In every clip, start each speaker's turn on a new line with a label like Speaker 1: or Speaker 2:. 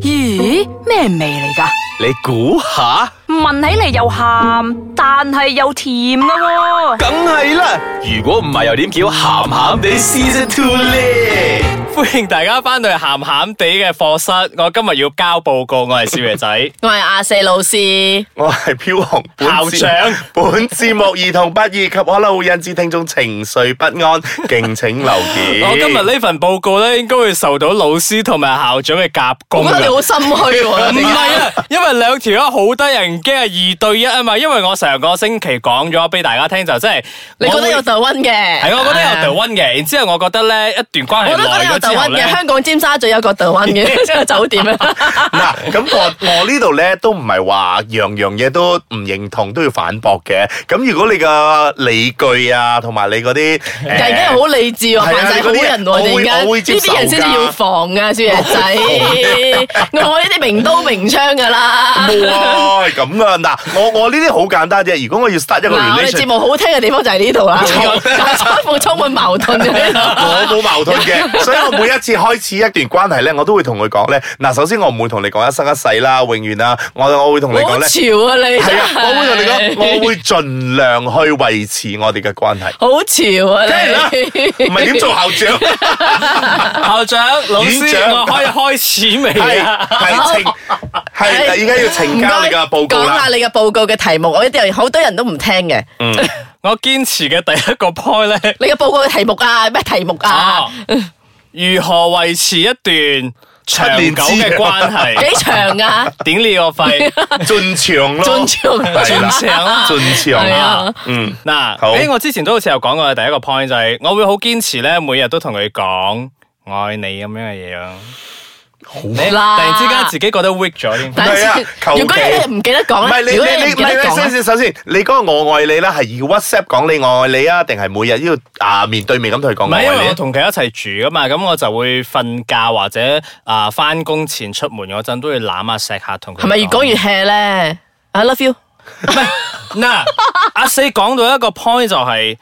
Speaker 1: 咦，咩味嚟噶？
Speaker 2: 你估下，
Speaker 1: 聞起嚟又鹹，但係又甜噶喎、
Speaker 2: 梗係啦。如果唔係，又點叫鹹鹹地 Season Two 咧？
Speaker 3: 歡迎大家翻到嚟鹹鹹地嘅課室，我今日要交報告，我係少爺仔。
Speaker 4: 我係阿四老師，
Speaker 5: 我係飄紅本
Speaker 3: 校
Speaker 5: 節
Speaker 3: 長
Speaker 5: 本節目兒童不宜及可能會引致聽眾情緒不安，敬請留意。
Speaker 2: Ờ,
Speaker 3: 我今日呢份報告咧，應該會受到老師同埋校長嘅夾攻
Speaker 4: 我覺得你
Speaker 3: 㗎
Speaker 4: 好心虛喎。
Speaker 3: 唔
Speaker 4: 你
Speaker 3: 係 啊，因為兩條友好得人驚係二對一啊嘛，因為我上個星期講咗俾大家聽就真係，
Speaker 4: 你覺得有特温嘅？
Speaker 3: 係我覺得有
Speaker 4: 係
Speaker 3: 特
Speaker 4: 啊。
Speaker 3: 温嘅，然之後我覺得咧一段關係
Speaker 4: 我都覺得
Speaker 3: 耐
Speaker 4: 有特
Speaker 3: 咗之
Speaker 4: 温
Speaker 3: 後
Speaker 4: 嘅，
Speaker 3: 咧，
Speaker 4: 香港尖沙咀有個特温 嘅 酒店啊。
Speaker 5: 嗱，咁我我呢度咧都唔係話樣樣嘢都唔認同，都要反駁嘅。咁如果你嘅理據啊，同埋你嗰啲
Speaker 4: 突然間好理智喎，
Speaker 5: 係啊
Speaker 4: 扮晒好人喎，
Speaker 5: 你嗰啲我
Speaker 4: 突
Speaker 5: 會
Speaker 4: 然間
Speaker 5: 我會接
Speaker 4: 呢
Speaker 5: 受
Speaker 4: 啲人先至
Speaker 5: 㗎
Speaker 4: 要防噶，少 爺仔，我呢啲明刀明槍噶啦。
Speaker 5: 冇啊，係咁啊。嗱，我我呢啲好簡單啫。如果我要 start 一個
Speaker 4: 嗱，我哋節
Speaker 5: relation，
Speaker 4: 目好聽嘅地方就係呢度啦，一部 充滿矛盾嘅呢度。
Speaker 5: 我冇矛盾 嘅，所以我每一次開始一段關係咧，我都會同佢講咧。嗱，首先我唔會同你講一生一世啦，永遠啦，我 我會同你
Speaker 4: 我好
Speaker 5: 講咧。
Speaker 4: 潮啊你！
Speaker 5: 係啊，我會同你講，我會盡量去維持我哋嘅 關係。
Speaker 4: 好潮啊你！
Speaker 5: 唔係點做校 長？
Speaker 3: 校長老
Speaker 5: 院
Speaker 3: 師，
Speaker 5: 長
Speaker 3: 我可以開始未
Speaker 5: 係
Speaker 3: 啊？
Speaker 5: 係情係而家要
Speaker 4: 唔
Speaker 5: 呈交
Speaker 4: 該
Speaker 5: 你嘅報告
Speaker 4: 講
Speaker 5: 啦
Speaker 4: 下。你嘅報告嘅題目，我一定好多人都唔聽嘅。
Speaker 3: 我堅持嘅第一個 point 咧。
Speaker 4: 你嘅報告嘅題目啊，咩題目啊
Speaker 3: 啊？，如何維持一段長
Speaker 5: 七年
Speaker 3: 久
Speaker 5: 之癢
Speaker 3: 嘅關
Speaker 4: 幾
Speaker 3: 係？
Speaker 4: 長 啊？
Speaker 3: 頂你個肺！
Speaker 5: 進場咯，
Speaker 4: 進場
Speaker 5: 係啦，
Speaker 3: 進場啦
Speaker 5: 進場
Speaker 4: 係
Speaker 5: 啦，
Speaker 4: 啊，
Speaker 5: 嗯，
Speaker 3: 嗱，
Speaker 5: 好
Speaker 3: 誒，我之前都好似有講過，第一個 point 就係我會好堅持咧，每日都同佢講愛你咁樣嘅嘢咯。好
Speaker 4: 啦
Speaker 3: 突然之間自己覺得 weak 咗添。
Speaker 4: 但
Speaker 5: 係啊
Speaker 4: 係
Speaker 5: 求其
Speaker 4: 如果你唔記得
Speaker 5: 唔
Speaker 4: 講
Speaker 5: 係
Speaker 4: 咧，
Speaker 5: 你
Speaker 4: 如果你
Speaker 5: 你
Speaker 4: 唔
Speaker 5: 你
Speaker 4: 記得
Speaker 5: 你
Speaker 4: 講
Speaker 5: 先
Speaker 4: 咧，
Speaker 5: 先，首先你嗰個我愛你啦，係以 WhatsApp 講你我愛你啊，定係每日要啊面對面咁同佢講
Speaker 3: 唔
Speaker 5: 我
Speaker 3: 係，因
Speaker 5: 愛
Speaker 3: 為
Speaker 5: 你
Speaker 3: 我
Speaker 5: 啊？
Speaker 3: 同佢一齊住噶嘛，咁我就會瞓覺或者啊翻工前出門嗰陣都會攬下錫下同佢。
Speaker 4: 係咪越講越 hea 咧？I love you。
Speaker 3: 嗱，阿四講到一個 point 就係、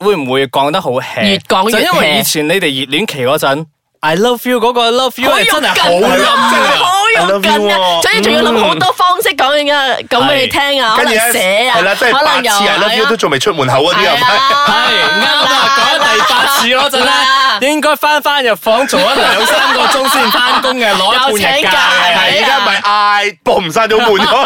Speaker 3: 會唔會講得好 hea？
Speaker 4: 越講越
Speaker 3: 就因
Speaker 4: hea
Speaker 3: 為以前你哋熱戀期嗰陣，I love you 嗰個 love you
Speaker 4: 好
Speaker 3: 係
Speaker 4: 肉
Speaker 3: 真係
Speaker 4: 緊
Speaker 3: 好
Speaker 4: 啊
Speaker 3: 冧㗎。
Speaker 4: 好
Speaker 5: I
Speaker 4: 肉
Speaker 5: love
Speaker 4: 緊
Speaker 5: you
Speaker 4: 啊！
Speaker 5: 喎
Speaker 4: 所以仲要諗好多方式講緊啊，講俾你聽啊，可
Speaker 5: 跟住
Speaker 4: 能寫
Speaker 5: 咧，
Speaker 4: 啊，
Speaker 5: 係啦，即係
Speaker 4: 可
Speaker 5: 八
Speaker 4: 能
Speaker 5: 次
Speaker 4: 又
Speaker 5: I love you 都仲未出門口嗰啲
Speaker 4: 係
Speaker 5: 啊，
Speaker 4: 啊，
Speaker 3: 係啱啦，講咗第八次嗰陣
Speaker 4: 啦
Speaker 3: 咧，應該翻翻入房做一兩三個鐘先翻工嘅，攞一半日假
Speaker 4: 有請假
Speaker 3: 嘅。
Speaker 5: 係
Speaker 4: 係
Speaker 5: 而
Speaker 4: 啊
Speaker 5: 家咪嗌播唔晒咗門咯。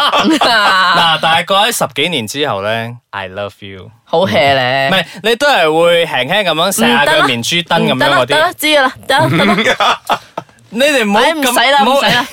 Speaker 4: 啊
Speaker 3: 嗱，但係過咗十幾年之後咧，I love you，唔
Speaker 4: 好 hea 咧，
Speaker 3: 係你都係會輕輕咁樣錫下佢面珠燈咁
Speaker 4: 得
Speaker 3: 樣
Speaker 4: 啦
Speaker 3: 嗰
Speaker 4: 得啦
Speaker 3: 啲。
Speaker 4: 知噶啦，得啦得啦，
Speaker 3: 你哋唔好
Speaker 4: 哎唔
Speaker 3: 咁
Speaker 4: 使啦唔
Speaker 3: 好
Speaker 4: 使啦，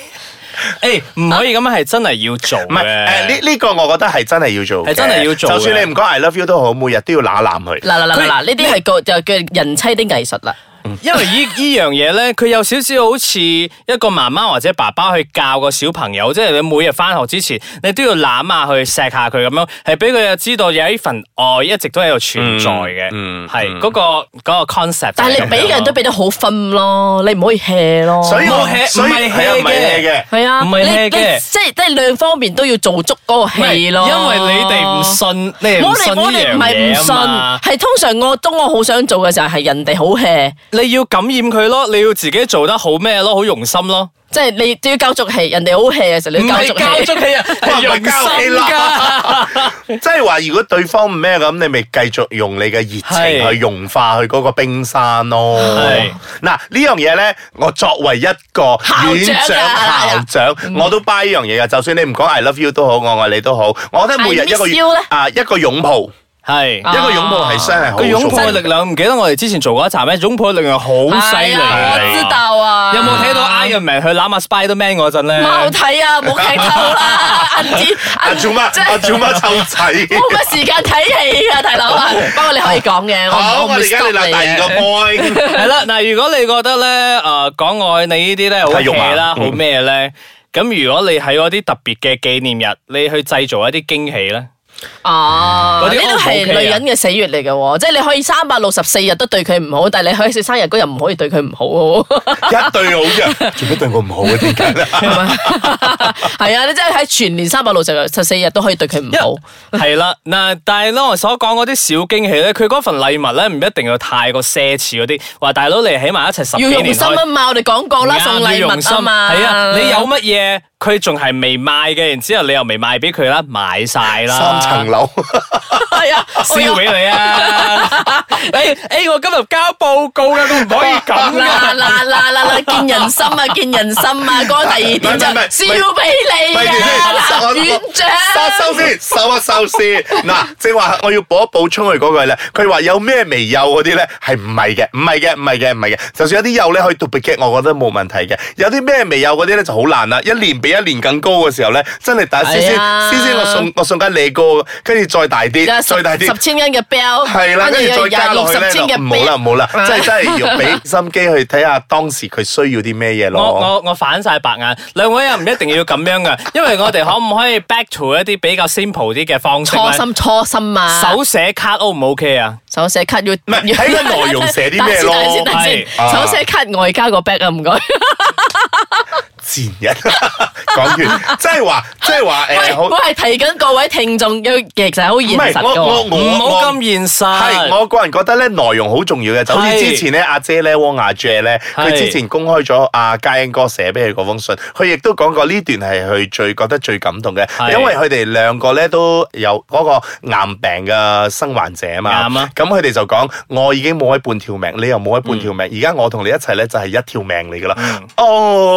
Speaker 3: 誒，唔可以咁樣，係真係要做
Speaker 5: 唔係誒
Speaker 3: 嘅。
Speaker 5: 呢呢個我覺得係真係要做嘅，
Speaker 3: 係真係要做嘅
Speaker 5: 就算你唔講 I love you 都好，每日都要揦攬佢。
Speaker 4: 嗱嗱嗱嗱嗱，
Speaker 3: 佢
Speaker 4: 呢啲係個就叫人妻的藝術啦。
Speaker 3: 因為依依樣嘢咧，佢有少少好似一個媽媽或者爸爸去教個小朋友，即係你每日翻學之前，你都要攬下佢、錫下佢咁樣，係俾佢知道有呢份愛一直都喺度存在嘅。
Speaker 5: 嗯嗯
Speaker 3: 係
Speaker 5: 嗯
Speaker 3: 嗰個嗰個 concept 就
Speaker 4: 但
Speaker 3: 係咁樣咯。
Speaker 4: 係你俾嘅人都俾得好分咯，你唔可以 hea 咯。
Speaker 5: 所以我
Speaker 3: 冇 hea，
Speaker 5: 所以
Speaker 3: 唔係
Speaker 5: 係啊
Speaker 3: hea
Speaker 5: 唔係
Speaker 3: 嘅
Speaker 5: hea 嘅。
Speaker 4: 係啊，
Speaker 3: 唔係
Speaker 4: 你
Speaker 3: hea 嘅
Speaker 4: 你即係即係兩方面都要做足嗰個
Speaker 3: 唔係
Speaker 4: hea 咯。
Speaker 3: 因為你哋唔信，你哋
Speaker 4: 我
Speaker 3: 唔信
Speaker 4: 哋我哋
Speaker 3: 呢樣
Speaker 4: 唔係
Speaker 3: 嘢
Speaker 4: 唔信，
Speaker 3: 啊嘛。
Speaker 4: 係通常我當我好想做嘅就係人哋好 hea，
Speaker 3: 你要感染佢咯，你要自己做得好咩咯，好用心咯。
Speaker 4: 即係你都要交足氣，人哋好 hea 嘅時候
Speaker 3: 唔
Speaker 4: 你要
Speaker 3: 係
Speaker 4: 交足
Speaker 3: 交
Speaker 4: 氣。
Speaker 3: 足氣啊，係用心㗎。
Speaker 5: 即係話，如果對方唔咩咁，你咪繼續用你嘅熱情
Speaker 3: 係
Speaker 5: 去融化佢嗰個冰山咯。
Speaker 3: 係
Speaker 5: 嗱，呢樣嘢咧，我作為一個院長
Speaker 4: 校長啊
Speaker 5: 校長，我都 buy 呢樣嘢嘅。就算你唔講 I love you 都好，我愛你都好，我覺得每日
Speaker 4: I
Speaker 5: 一個
Speaker 4: miss you 呢
Speaker 5: 啊一個擁抱，
Speaker 3: 係
Speaker 4: 啊
Speaker 5: 一個擁抱係真係好重
Speaker 3: 佢
Speaker 5: 要。
Speaker 3: 擁抱嘅力量，唔記得我哋之前做過一集咩？擁抱嘅力量好犀利
Speaker 4: 係啊
Speaker 3: 嘅，
Speaker 4: 我知道啊。
Speaker 3: 有冇睇到 Iron Man 去攬阿 Spider Man 嗰陣咧？
Speaker 4: 冇睇啊，冇劇透 啦，銀子
Speaker 5: 阿祖媽，阿祖媽湊仔。
Speaker 4: 冇乜時間睇戲啊，大佬 啊！不過你可以講嘅，
Speaker 5: 好，
Speaker 4: 我唔
Speaker 5: 我
Speaker 4: 我
Speaker 5: 哋
Speaker 4: 唔會
Speaker 5: 而家
Speaker 4: stop
Speaker 5: 你
Speaker 4: 你
Speaker 5: 立第二
Speaker 4: 嘅。
Speaker 5: 個 point。
Speaker 3: 係啦，嗱，如果你覺得咧，誒講愛你呢啲咧好
Speaker 5: 太肉麻
Speaker 3: hea 啦，
Speaker 5: 嗯
Speaker 3: 好咩咧？咁如果你喺嗰啲特別嘅紀念日，你去製造一啲驚喜咧，
Speaker 4: 哦，
Speaker 3: 嗰
Speaker 4: 呢
Speaker 3: 啲
Speaker 4: 都係
Speaker 3: O 唔 OK 啊
Speaker 4: 女人嘅死穴嚟嘅喎，即係你可以三百六十四日都對佢唔好，但係你喺佢生日嗰日唔可以對佢唔好喎。
Speaker 5: 一對好啫，做咩對我唔好啊？點解咧？
Speaker 4: 係啊，你真係喺全年三百六十四日都可以對佢唔好。
Speaker 3: 系啦，嗱，但系咧，我所講嗰啲小驚喜咧，佢嗰份禮物咧，唔一定要太過奢侈嗰啲。話大佬你喺埋一齊十幾
Speaker 4: 要用
Speaker 3: 年
Speaker 4: 心
Speaker 3: 開
Speaker 4: 啊嘛，我哋講過啦，
Speaker 3: 啱
Speaker 4: 送禮
Speaker 3: 要用
Speaker 4: 物
Speaker 3: 心
Speaker 4: 啊嘛。
Speaker 3: 係啊，你有乜嘢佢仲係未買嘅，然之後你又未買俾佢啦，買晒啦，
Speaker 5: 三層樓，
Speaker 4: 係 啊，我有
Speaker 3: 燒俾你 啊！诶诶，我今日交報告啦，都唔可以
Speaker 5: 啊
Speaker 3: 咁
Speaker 4: 嗱
Speaker 3: 噶。
Speaker 4: 嗱嗱嗱嗱，見人心啊，見人心啊！嗰個第二點就
Speaker 5: 唔係唔係唔係
Speaker 4: 燒俾你
Speaker 5: 咪住
Speaker 4: 啊，院長。
Speaker 5: 收收先，收一收先。嗱，正話我要補一補充佢嗰句咧，佢話有咩未有嗰啲咧，係唔係嘅？唔係嘅，唔係嘅，唔係嘅。就算有啲有咧，可以 duplicate，我覺得冇問題嘅。有啲咩未有嗰啲咧就好難啦，一年比一年更高嘅時候咧，真係大先先
Speaker 4: 係啊
Speaker 5: 先先，我送我送間你個，跟住再大啲，再大
Speaker 4: 十
Speaker 5: 啲
Speaker 4: 十。千斤嘅 bell，
Speaker 5: 係啦，跟
Speaker 4: 跟
Speaker 5: 住
Speaker 4: 住
Speaker 5: 再加
Speaker 4: 廿
Speaker 5: 落去
Speaker 4: 六十
Speaker 5: 咧就
Speaker 4: 千嘅
Speaker 5: 唔好啦，
Speaker 4: bell，
Speaker 5: 唔好啦，真係真係要俾心機去睇下當時佢需要啲咩嘢
Speaker 3: 我
Speaker 5: 咯。
Speaker 3: 我我反晒白眼，兩位又唔一定要咁樣噶，因為我哋可唔可以 back to 一啲比較 simple 啲嘅方式
Speaker 4: 初
Speaker 3: 咧？
Speaker 4: 心初心啊！
Speaker 3: 手寫卡 O 唔 OK 啊？
Speaker 4: 手寫卡要唔
Speaker 5: 係睇個內容寫啲咩咯
Speaker 4: 先等先
Speaker 3: 係，
Speaker 5: 啊
Speaker 4: 手寫卡外加個 back 啊，唔該。
Speaker 5: 賤人，講完即係話，即係話
Speaker 4: 喂
Speaker 5: 誒，好
Speaker 4: 我係提緊各位聽眾，要其實好現實
Speaker 5: 唔係我
Speaker 4: 㗎
Speaker 5: 我
Speaker 4: 喎。
Speaker 3: 唔好咁現
Speaker 5: 係，
Speaker 3: 實。
Speaker 5: 我個人覺得咧內容好重要嘅，就好似
Speaker 3: 係
Speaker 5: 之前咧阿姐咧汪亞姐咧，佢
Speaker 3: 係
Speaker 5: 之前公開咗啊阿嘉欣哥寫俾佢嗰封信，佢亦都講過呢段係佢最覺得最感動嘅，
Speaker 3: 係
Speaker 5: 因為佢哋兩個咧都有嗰個癌病嘅生患者啊嘛
Speaker 3: 啱啊，
Speaker 5: 咁佢哋就講我已經冇咗半條命，你又冇咗半條命，
Speaker 3: 嗯
Speaker 5: 而家我同你一齊咧就係一條命嚟噶啦，哦，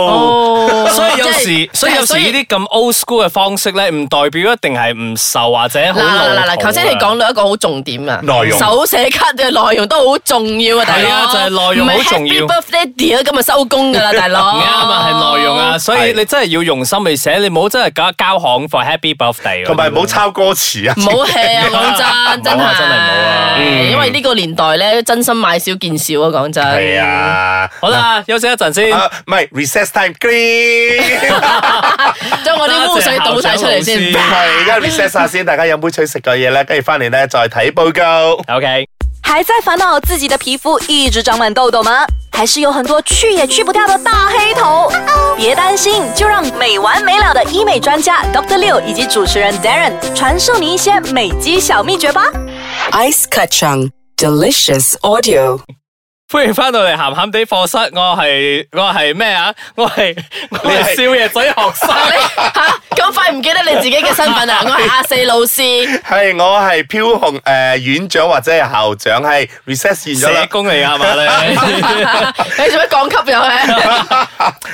Speaker 4: 哦
Speaker 3: 所以有
Speaker 4: 即
Speaker 3: 時，
Speaker 4: 係
Speaker 3: 所以有時
Speaker 4: 所以
Speaker 3: 呢啲咁 old school 嘅方式咧，唔代表一定係唔受或者好
Speaker 4: 嗱
Speaker 3: 老
Speaker 4: 嗱嗱
Speaker 3: 土啊
Speaker 4: 嗱，頭先你
Speaker 3: 嘅
Speaker 4: 講到一個好重點啊，
Speaker 5: 內容
Speaker 4: 手寫卡嘅內容都好重要啊，大佬。
Speaker 3: 係啊就係內容好重要
Speaker 4: 唔係 Happy birthday dear 咁啊收 工㗎啦，大佬。
Speaker 3: 唔啱啊，係內容啊，。所以
Speaker 5: 係
Speaker 3: 你真係要用心去寫，你唔好真係搞交行 for Happy Birthday 嗰啲。
Speaker 5: 同埋唔好抄歌詞啊
Speaker 4: 唔。好 hea 啊！講真，真
Speaker 3: 唔好
Speaker 4: 係嗯
Speaker 3: 啊真係唔好啊
Speaker 4: 因為呢個年代咧，真心買少見少啊！講真，
Speaker 5: 係啊，
Speaker 3: 好啦，休息一陣先。
Speaker 5: 啊唔係 recess time clean。
Speaker 4: 將我啲污水倒晒出
Speaker 3: 多謝校
Speaker 4: 嚟先
Speaker 3: 長。
Speaker 5: 系，而 家 reset 晒先，大家飲杯水食個嘢咧，跟住翻嚟咧再睇報告。
Speaker 3: OK，
Speaker 6: 还在烦恼自己的皮肤一直长满痘痘吗？还是有很多去也去不掉的大黑头？别担心，就让美完美了的医美专家 Dr. 六以及主持人 Darren 传授你一些美肌小秘诀吧。
Speaker 7: Ice Kachang. Delicious audio.
Speaker 3: 歡迎翻到嚟鹹鹹地課室，我係我係咩啊？我係我係少爺仔學 生。
Speaker 4: 吓咁快唔記得你自己嘅身 份啊！我係阿四老師，
Speaker 5: 係我係飄紅诶院長或者係校長，係 reset 完咗
Speaker 3: 社
Speaker 5: 啦。
Speaker 3: 工嚟 噶 嘛你？
Speaker 4: 你做咩降級又
Speaker 3: 嗯
Speaker 4: 係？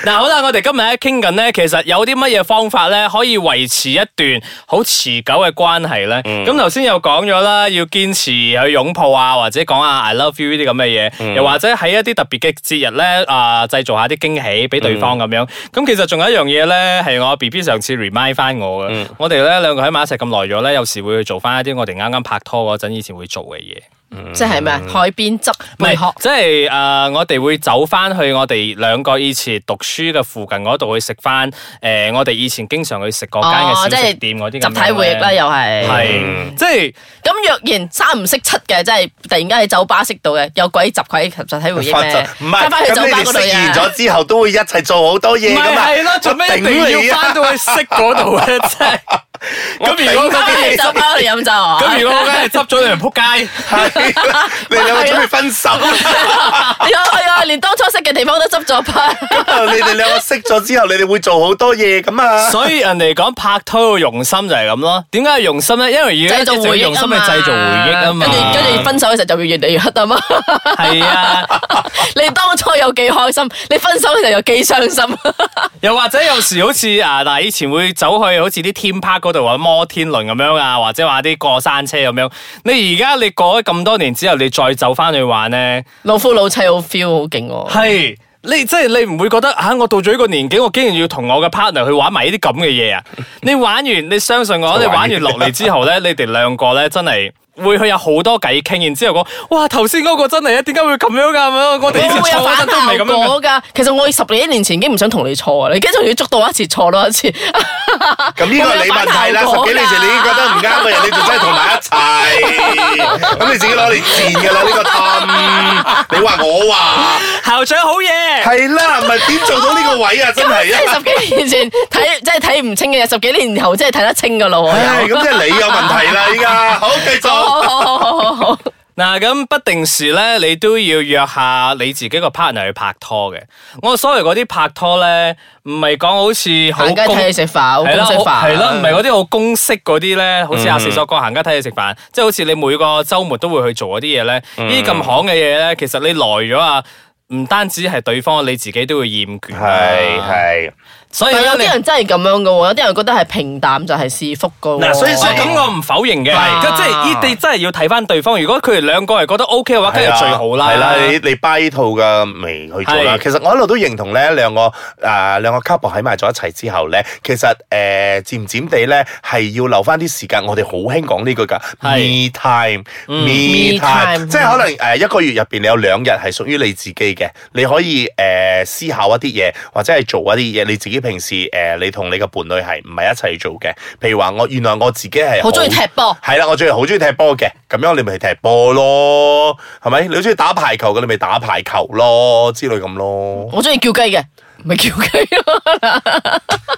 Speaker 3: 嗱好啦，我哋今日咧傾緊咧，其實有啲乜嘢方法咧可以維持一段好持久嘅關係咧？咁頭先有講咗啦，要堅持去擁抱啊，或者講啊 I love you 呢啲咁嘅嘢，又或者喺一啲特別嘅節日咧啊，製造下啲驚喜俾對方咁樣。咁其實仲有一樣嘢咧，係我 B B 上次 remind 翻我嘅，我哋咧兩個喺埋一齊咁耐咗咧，有時會去做翻一啲我哋啱啱拍拖嗰陣以前會做嘅嘢。
Speaker 4: 即係咩啊？海邊執
Speaker 3: 唔
Speaker 4: 貝殼
Speaker 3: 係，。即係诶、呃我哋會走翻去我哋兩個以前讀書嘅附近嗰度去食翻诶，我哋以前經常去食嗰間嘅
Speaker 4: 哦，即
Speaker 3: 小食
Speaker 4: 係
Speaker 3: 店嗰啲咁樣
Speaker 4: 集體回憶啦，又係。
Speaker 3: 系，即係
Speaker 4: 咁若然三唔識七嘅，即係突然間喺酒吧識到嘅，有鬼集鬼集體回憶
Speaker 5: 發
Speaker 4: 咩？
Speaker 5: 唔係
Speaker 4: 翻返去酒
Speaker 5: 咁，你
Speaker 4: 吧
Speaker 5: 哋食完
Speaker 4: 嗰度啊！
Speaker 5: 咗之後都會一齊做好多嘢
Speaker 3: 唔
Speaker 5: 噶嘛。
Speaker 3: 係系咯？做咩一
Speaker 5: 啊
Speaker 3: 定要翻到去識嗰度咧？即係
Speaker 5: 我頂
Speaker 3: 咁如果
Speaker 4: 翻
Speaker 3: 嗰
Speaker 4: 返去
Speaker 3: 啲
Speaker 4: 酒吧嗰度飲酒啊！
Speaker 3: 咁 如果我梗係執咗你嚟仆街。
Speaker 5: 係啦你兩個準備分 手，
Speaker 4: 係啊係啊，連當初識嘅地方都執咗 吧。
Speaker 5: 你哋兩個識咗之後，你哋會做好多嘢噶嘛？
Speaker 3: 所以人哋講拍拖要用心就係咁咯。點解要用心咧？因為而家
Speaker 4: 製造回
Speaker 3: 用
Speaker 4: 憶
Speaker 3: 心去
Speaker 4: 啊嘛，
Speaker 3: 製造回憶啊嘛。
Speaker 4: 跟住跟住分手嘅時候就會越嚟越黑啊嘛。
Speaker 3: 係 啊。
Speaker 4: 你當初有幾開心，你分手嘅時候有幾傷心。
Speaker 3: 又或者有時好似啊，嗱，以前會走去好似啲天 park 嗰度玩摩天輪咁樣啊，或者話啲過山車咁樣。你而家你過咗咁多年之後，你再走翻去玩咧，
Speaker 4: 老夫老妻好 feel 好勁喎。
Speaker 3: 係你即係你唔會覺得啊，我到咗呢個年紀，我竟然要同我嘅 partner 去玩埋呢 啲咁嘅嘢啊！你玩完，你相信我，你玩完落嚟之後咧，你哋兩個咧真係。會去有好多偈傾，然之後講哇頭先嗰個真係啊，點解會咁樣㗎咁樣？我哋以前
Speaker 4: 會
Speaker 3: 錯
Speaker 4: 有
Speaker 3: 嗰
Speaker 4: 反
Speaker 3: 陣都唔係咁
Speaker 4: 效
Speaker 3: 樣㗎。
Speaker 4: 果㗎。其實我十幾年前已經唔想同你錯啊，你而家仲要捉到一次錯多一次。咁
Speaker 5: 咁呢個係你問題啦，十幾年前你已經覺得唔啱嘅人，你仲真係同埋一齊，咁你自己攞嚟賤㗎啦呢個氹，你話我話
Speaker 3: 校長好嘢。
Speaker 5: 係啦，唔係點做到呢個位啊？真係
Speaker 4: 即係
Speaker 5: 啊！
Speaker 4: 十幾年前睇， 真係睇唔清嘅，十幾年後真係睇得清㗎咯喎。
Speaker 5: 唉，咁即係你有問題啦，依家好繼續。
Speaker 4: 好好好好好好。
Speaker 3: 嗱，咁不定時咧，你都要約下你自己個 partner 去拍拖嘅。我所謂嗰啲拍拖咧，唔係講好似好
Speaker 4: 行街
Speaker 3: 公
Speaker 4: 睇你食飯啊好
Speaker 3: 係啦
Speaker 4: 公式化嗯
Speaker 3: 好係啦，唔係嗰啲好公式嗰啲咧，好似阿四所講行街睇你食
Speaker 4: 嗯
Speaker 3: 飯，即係好似你每個週末都會去做嗰啲嘢咧。呢啲咁行嘅嘢咧，其實你耐咗啊，唔單止係對方，你自己都會厭倦。
Speaker 5: 係，係。
Speaker 3: 所以
Speaker 4: 但
Speaker 3: 咧
Speaker 4: 有
Speaker 3: 你
Speaker 4: 啲人真啊係咁樣㗎喎，有啲人覺得係平淡就係是福㗎喎。
Speaker 5: 嗱所以所
Speaker 3: 我
Speaker 5: 以
Speaker 3: 咁我唔否認嘅，
Speaker 4: 係
Speaker 3: 咁即係呢啲真係要睇翻對方。如果佢哋兩個係覺得 O K 嘅
Speaker 4: 啊
Speaker 3: 話，跟住最好啦。
Speaker 5: 係啦，你你 buy 呢套嘅咪去做啦。
Speaker 3: 係
Speaker 5: 其實我一路都認同咧，兩個啊兩個 couple 喺埋咗一齊之後咧，其實誒漸漸地咧係要留翻啲時間。我哋好興講呢句㗎，me
Speaker 3: 係
Speaker 5: time，me
Speaker 4: Me time，
Speaker 5: time，即係可能呃誒一個月入邊你有兩日係屬於你自己嘅，你可以誒思考一啲嘢，或者係做一啲嘢你自己平時誒你同你嘅伴侶係唔係一齊做嘅？譬如話我原來我自己係
Speaker 4: 好鍾意踢波
Speaker 5: 係啦，我最好中意踢波嘅，咁樣你咪去踢波咯，係咪？你好中意打排球嘅，你咪打排球咯，之類咁咯。
Speaker 4: 我中意叫雞嘅，咪叫雞 咯。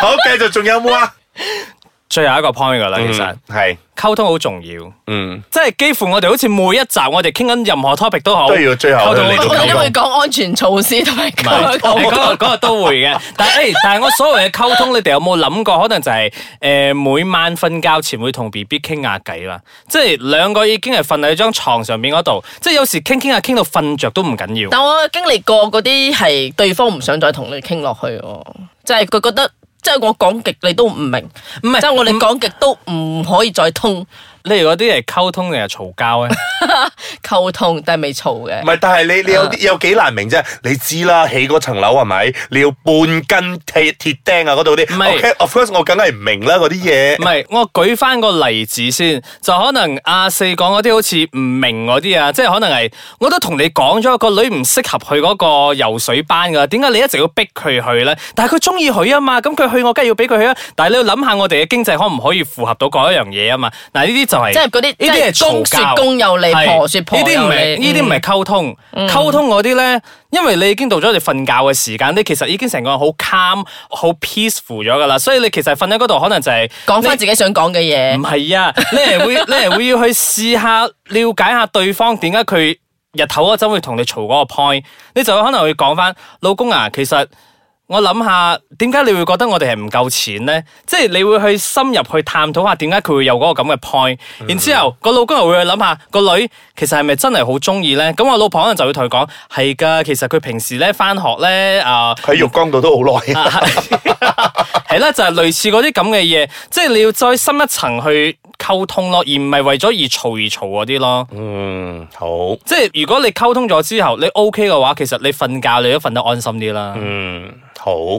Speaker 5: 好，繼續仲有冇啊？嗯
Speaker 3: 最後一個 point 噶啦，其實
Speaker 5: 係，
Speaker 3: 溝通好重要，
Speaker 5: 嗯，
Speaker 3: 即係幾乎我哋好似每一集我哋傾緊任何 topic 都好，
Speaker 5: 都要最後
Speaker 3: 溝
Speaker 5: 去
Speaker 3: 通好
Speaker 5: 嚟
Speaker 4: 我
Speaker 5: 到
Speaker 3: 重要
Speaker 4: 哋
Speaker 5: 溝
Speaker 4: 都會
Speaker 5: 通。
Speaker 4: 講安全措施同埋
Speaker 3: 啊唔係 誒
Speaker 4: 講
Speaker 3: 嗰日嗰日都會嘅，但係誒，但係我所謂嘅溝通，你哋有冇諗過？可能就係、誒、每晚瞓覺前會同 B B 傾下偈啦，即係兩個已經係瞓喺張床上面嗰度，即係有時傾傾下傾到瞓着都唔緊要。
Speaker 4: 但我經歷過嗰啲係對方唔想再同你傾落去喎，即係佢覺得。即係我講極你都唔明，
Speaker 3: 唔係
Speaker 4: 即係我哋
Speaker 3: 唔
Speaker 4: 講極都唔可以再通
Speaker 3: 你哋嗰啲係溝通定係嘈交啊咧？
Speaker 4: 溝通，但係未嘈嘅
Speaker 5: 唔。係，但係你你有啲有幾難明啫？你知啦，起嗰層樓係咪？你要半斤鐵鐵釘啊嗰度啲。
Speaker 3: 唔係
Speaker 5: OK，of course 我梗係唔明啦嗰啲嘢
Speaker 3: 唔。係，我舉翻個例子先，就可能阿四講嗰啲好似唔明嗰啲啊，即係可能係我都同你講咗個女唔適合去嗰個游水班噶，點解你一直要逼佢去咧？但係佢中意佢啊嘛，咁佢去我梗係要俾佢去啊。但係你要諗下我哋嘅經濟可唔可以符合到嗰一樣嘢啊嘛？嗱，呢啲就係
Speaker 4: 嗯即係嗰啲
Speaker 3: 呢啲係
Speaker 4: 即係公
Speaker 3: 嘈交
Speaker 4: 說公有理
Speaker 3: 係
Speaker 4: 婆說婆
Speaker 3: 呢啲唔
Speaker 4: 有
Speaker 3: 係
Speaker 4: 理
Speaker 3: 呢啲唔係溝通，
Speaker 4: 嗯
Speaker 3: 溝通嗰啲咧，因為你已經到咗你瞓覺嘅時間，你其實已經成個人好 calm、好 peaceful 咗噶啦，所以你其實瞓喺嗰度可能就係
Speaker 4: 講
Speaker 3: 你
Speaker 4: 翻自己想講嘅嘢
Speaker 3: 唔。係啊，你係會你係會要去試下了解下對方點解佢日頭嗰陣會同你嘈嗰個 point，你就可能會講翻老公啊，其實。我諗下，點解你會覺得我哋係唔夠錢呢？即係你會去深入去探討下點解佢會有嗰個咁嘅 point，然之後個老公又會去諗下個女其實係咪真係好中意呢？咁我老婆可能就會同佢講係㗎，其實佢平時咧翻學咧啊。
Speaker 5: 喺浴缸度都好耐。
Speaker 3: 啊 係係啦，就係類似嗰啲咁嘅嘢，即係你要再深一層去溝通咯，而唔係為咗而嘈而嘈嗰啲咯。
Speaker 5: 嗯，好。
Speaker 3: 即係如果你溝通咗之後，你 OK 嘅話，其實你瞓覺你都瞓得安心啲啦。
Speaker 5: 嗯，好。
Speaker 3: 我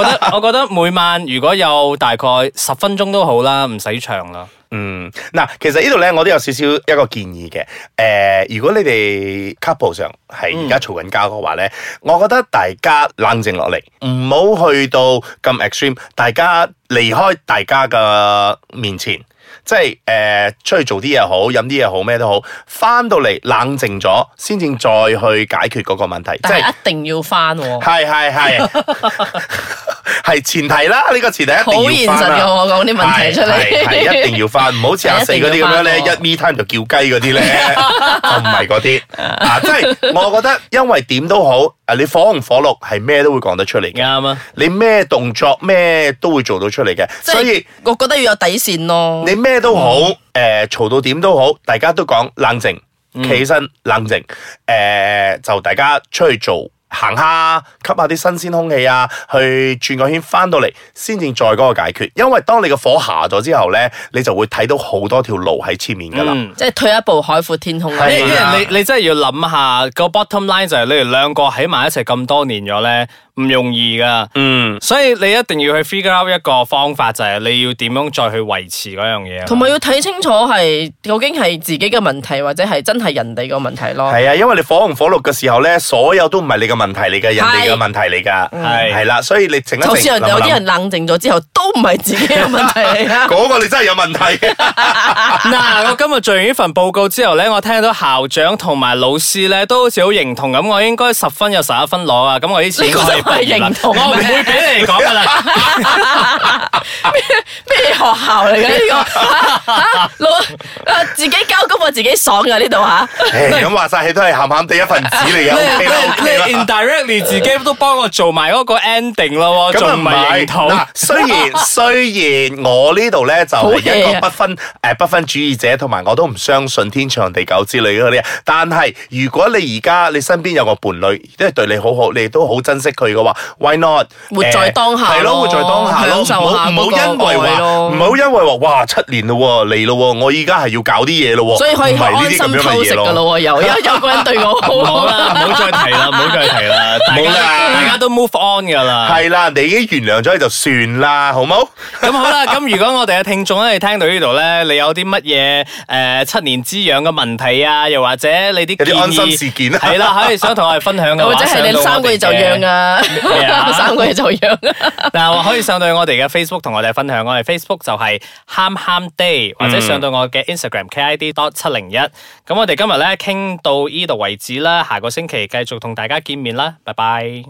Speaker 3: 得我覺得每晚如果有大概十分鐘都好啦，唔使長啦。
Speaker 5: 嗯，嗱，其實呢度咧，我都有少少一個建議嘅。誒、如果你哋 couple 上係而家嘈緊交嘅話咧，我覺得大家冷靜落嚟，唔好去到咁 extreme，大家離開大家嘅面前。即係誒、出去做啲嘢好，飲啲嘢好，咩都好，翻到嚟冷靜咗，先至再去解決嗰個問題。即
Speaker 4: 但
Speaker 5: 係
Speaker 4: 係一定要翻喎。
Speaker 5: 係係係，係前提啦，呢個前提一
Speaker 4: 好
Speaker 5: 定
Speaker 4: 現
Speaker 5: 要
Speaker 4: 實
Speaker 5: 翻
Speaker 4: 嘅，
Speaker 5: 啦。
Speaker 4: 我講啲問題出
Speaker 5: 係係係一定
Speaker 4: 嚟。
Speaker 5: 要翻，唔好似阿四嗰啲咁樣咧，一 me time 就叫雞嗰 啲咧，就唔係嗰啲啊！即係我覺得，因為點都好，啊你火紅火綠係咩都會講得出嚟嘅，
Speaker 3: 啱啊！
Speaker 5: 你咩動作咩都會做到出嚟嘅，
Speaker 4: 即
Speaker 5: 所以
Speaker 4: 係我覺得要有底線咯。
Speaker 5: 你咩都好，
Speaker 4: 嗯
Speaker 5: 诶嘈、到點都好，大家都講冷靜，
Speaker 4: 嗯
Speaker 5: 企起身冷靜，诶、就大家出去做。行下，吸下啲新鮮空氣啊，去轉個圈，翻到嚟先至再嗰個解決。因為當你個火下咗之後咧，你就會睇到好多條路喺前面噶啦。
Speaker 3: 嗯
Speaker 4: 即係退一步海闊天空啦。
Speaker 5: 係
Speaker 3: 因因
Speaker 5: 啊
Speaker 3: 為你你真係要諗下個 bottom line 就係你哋兩個喺埋一齊咁多年咗咧，唔容易噶。
Speaker 5: 嗯，
Speaker 3: 所以你一定要去 figure out 一個方法，就係你要點樣再去維持嗰樣嘢。啊
Speaker 4: 同埋要睇清楚係究竟係自己嘅問題，或者係真係人哋個問題咯。
Speaker 5: 係啊，因為你火紅火綠嘅時候咧，所有都唔係你嘅問題嚟嘅，人哋嘅
Speaker 4: 係
Speaker 5: 問題嚟㗎。
Speaker 3: 係
Speaker 5: 係啦，所以你靜一靜，
Speaker 4: 就算人哋有
Speaker 5: 諗
Speaker 4: 啲
Speaker 5: 一諗
Speaker 4: 人冷靜咗之後，都唔係自己嘅問題 嚟啊。
Speaker 5: 嗰個你真係有問 題。
Speaker 3: 嗱，我今日做完呢份報告之後咧，我聽到校長同埋老師咧都好似好認同咁，我應該十分有十一分攞啊！咁我呢次應該可以畢業啦
Speaker 4: 呢個就係認同
Speaker 3: 我唔會俾你講噶啦。
Speaker 4: 咩學校嚟嘅呢個？嚇老啊自己交功課自己爽㗎呢度啊嚇。
Speaker 5: 唉咁話晒，你都係鹹鹹地一份子嚟嘅。OK 啦
Speaker 3: 你
Speaker 5: OK 啦
Speaker 3: 你 indirectly 自己都幫我做埋嗰個 ending 咯喎，
Speaker 5: 咁啊
Speaker 3: 仲
Speaker 5: 唔
Speaker 3: 唔係認
Speaker 5: 係
Speaker 3: 同？
Speaker 5: 嗱，雖 然雖然我呢度咧就係一
Speaker 4: 好嘢
Speaker 5: 個
Speaker 4: 啊
Speaker 5: 不分誒不分主義者，同埋我都唔相信天長地久之類嗰啲，但係如果你而家你身邊有個伴侶，都係對你好好，你都好珍惜佢嘅話，why not？
Speaker 4: 活在當下
Speaker 5: 係咯，
Speaker 4: 咯
Speaker 5: 活在當下咯，
Speaker 4: 享受
Speaker 5: 唔好
Speaker 4: 下
Speaker 5: 唔
Speaker 4: 嗰個
Speaker 5: 好因為
Speaker 4: 愛
Speaker 5: 話
Speaker 4: 咯
Speaker 5: 唔好因為話哇七年咯喎嚟咯喎，我依家係要搞啲嘢咯喎，
Speaker 4: 所以可以
Speaker 5: 哦唔係呢
Speaker 4: 安
Speaker 5: 啲
Speaker 4: 心
Speaker 5: 咁樣嘅
Speaker 4: 偷
Speaker 5: 嘢
Speaker 4: 食噶咯喎，又有有個人對我
Speaker 3: 唔好
Speaker 4: 好，
Speaker 3: 啦，唔好再提啦，唔好再提啦，大
Speaker 5: 冇
Speaker 3: 家
Speaker 5: 啦
Speaker 3: 大家都 move on 噶啦。
Speaker 5: 係啦，你已經原諒咗你就算啦，好冇？
Speaker 3: 咁好啦，咁如果我哋嘅聽眾咧，你聽到呢度咧，你有啲乜嘢诶七年之癢嘅問題啊，又或者你啲
Speaker 5: 有啲安
Speaker 3: 建議
Speaker 5: 心事件啊
Speaker 3: 係啦，可以想同我哋分享嘅話，
Speaker 4: 或者係你三個月就
Speaker 3: 養
Speaker 4: 養。啊
Speaker 3: 啊，
Speaker 4: 三個月就養啊。
Speaker 3: 嗱，可以上到我哋嘅 Facebook 同我哋分享，我哋 Facebook 就係喊喊 day，或者上到我嘅 Instagram KID dot 七零一。咁我哋今日咧傾到呢度為止啦，下個星期繼續同大家見面啦，拜拜。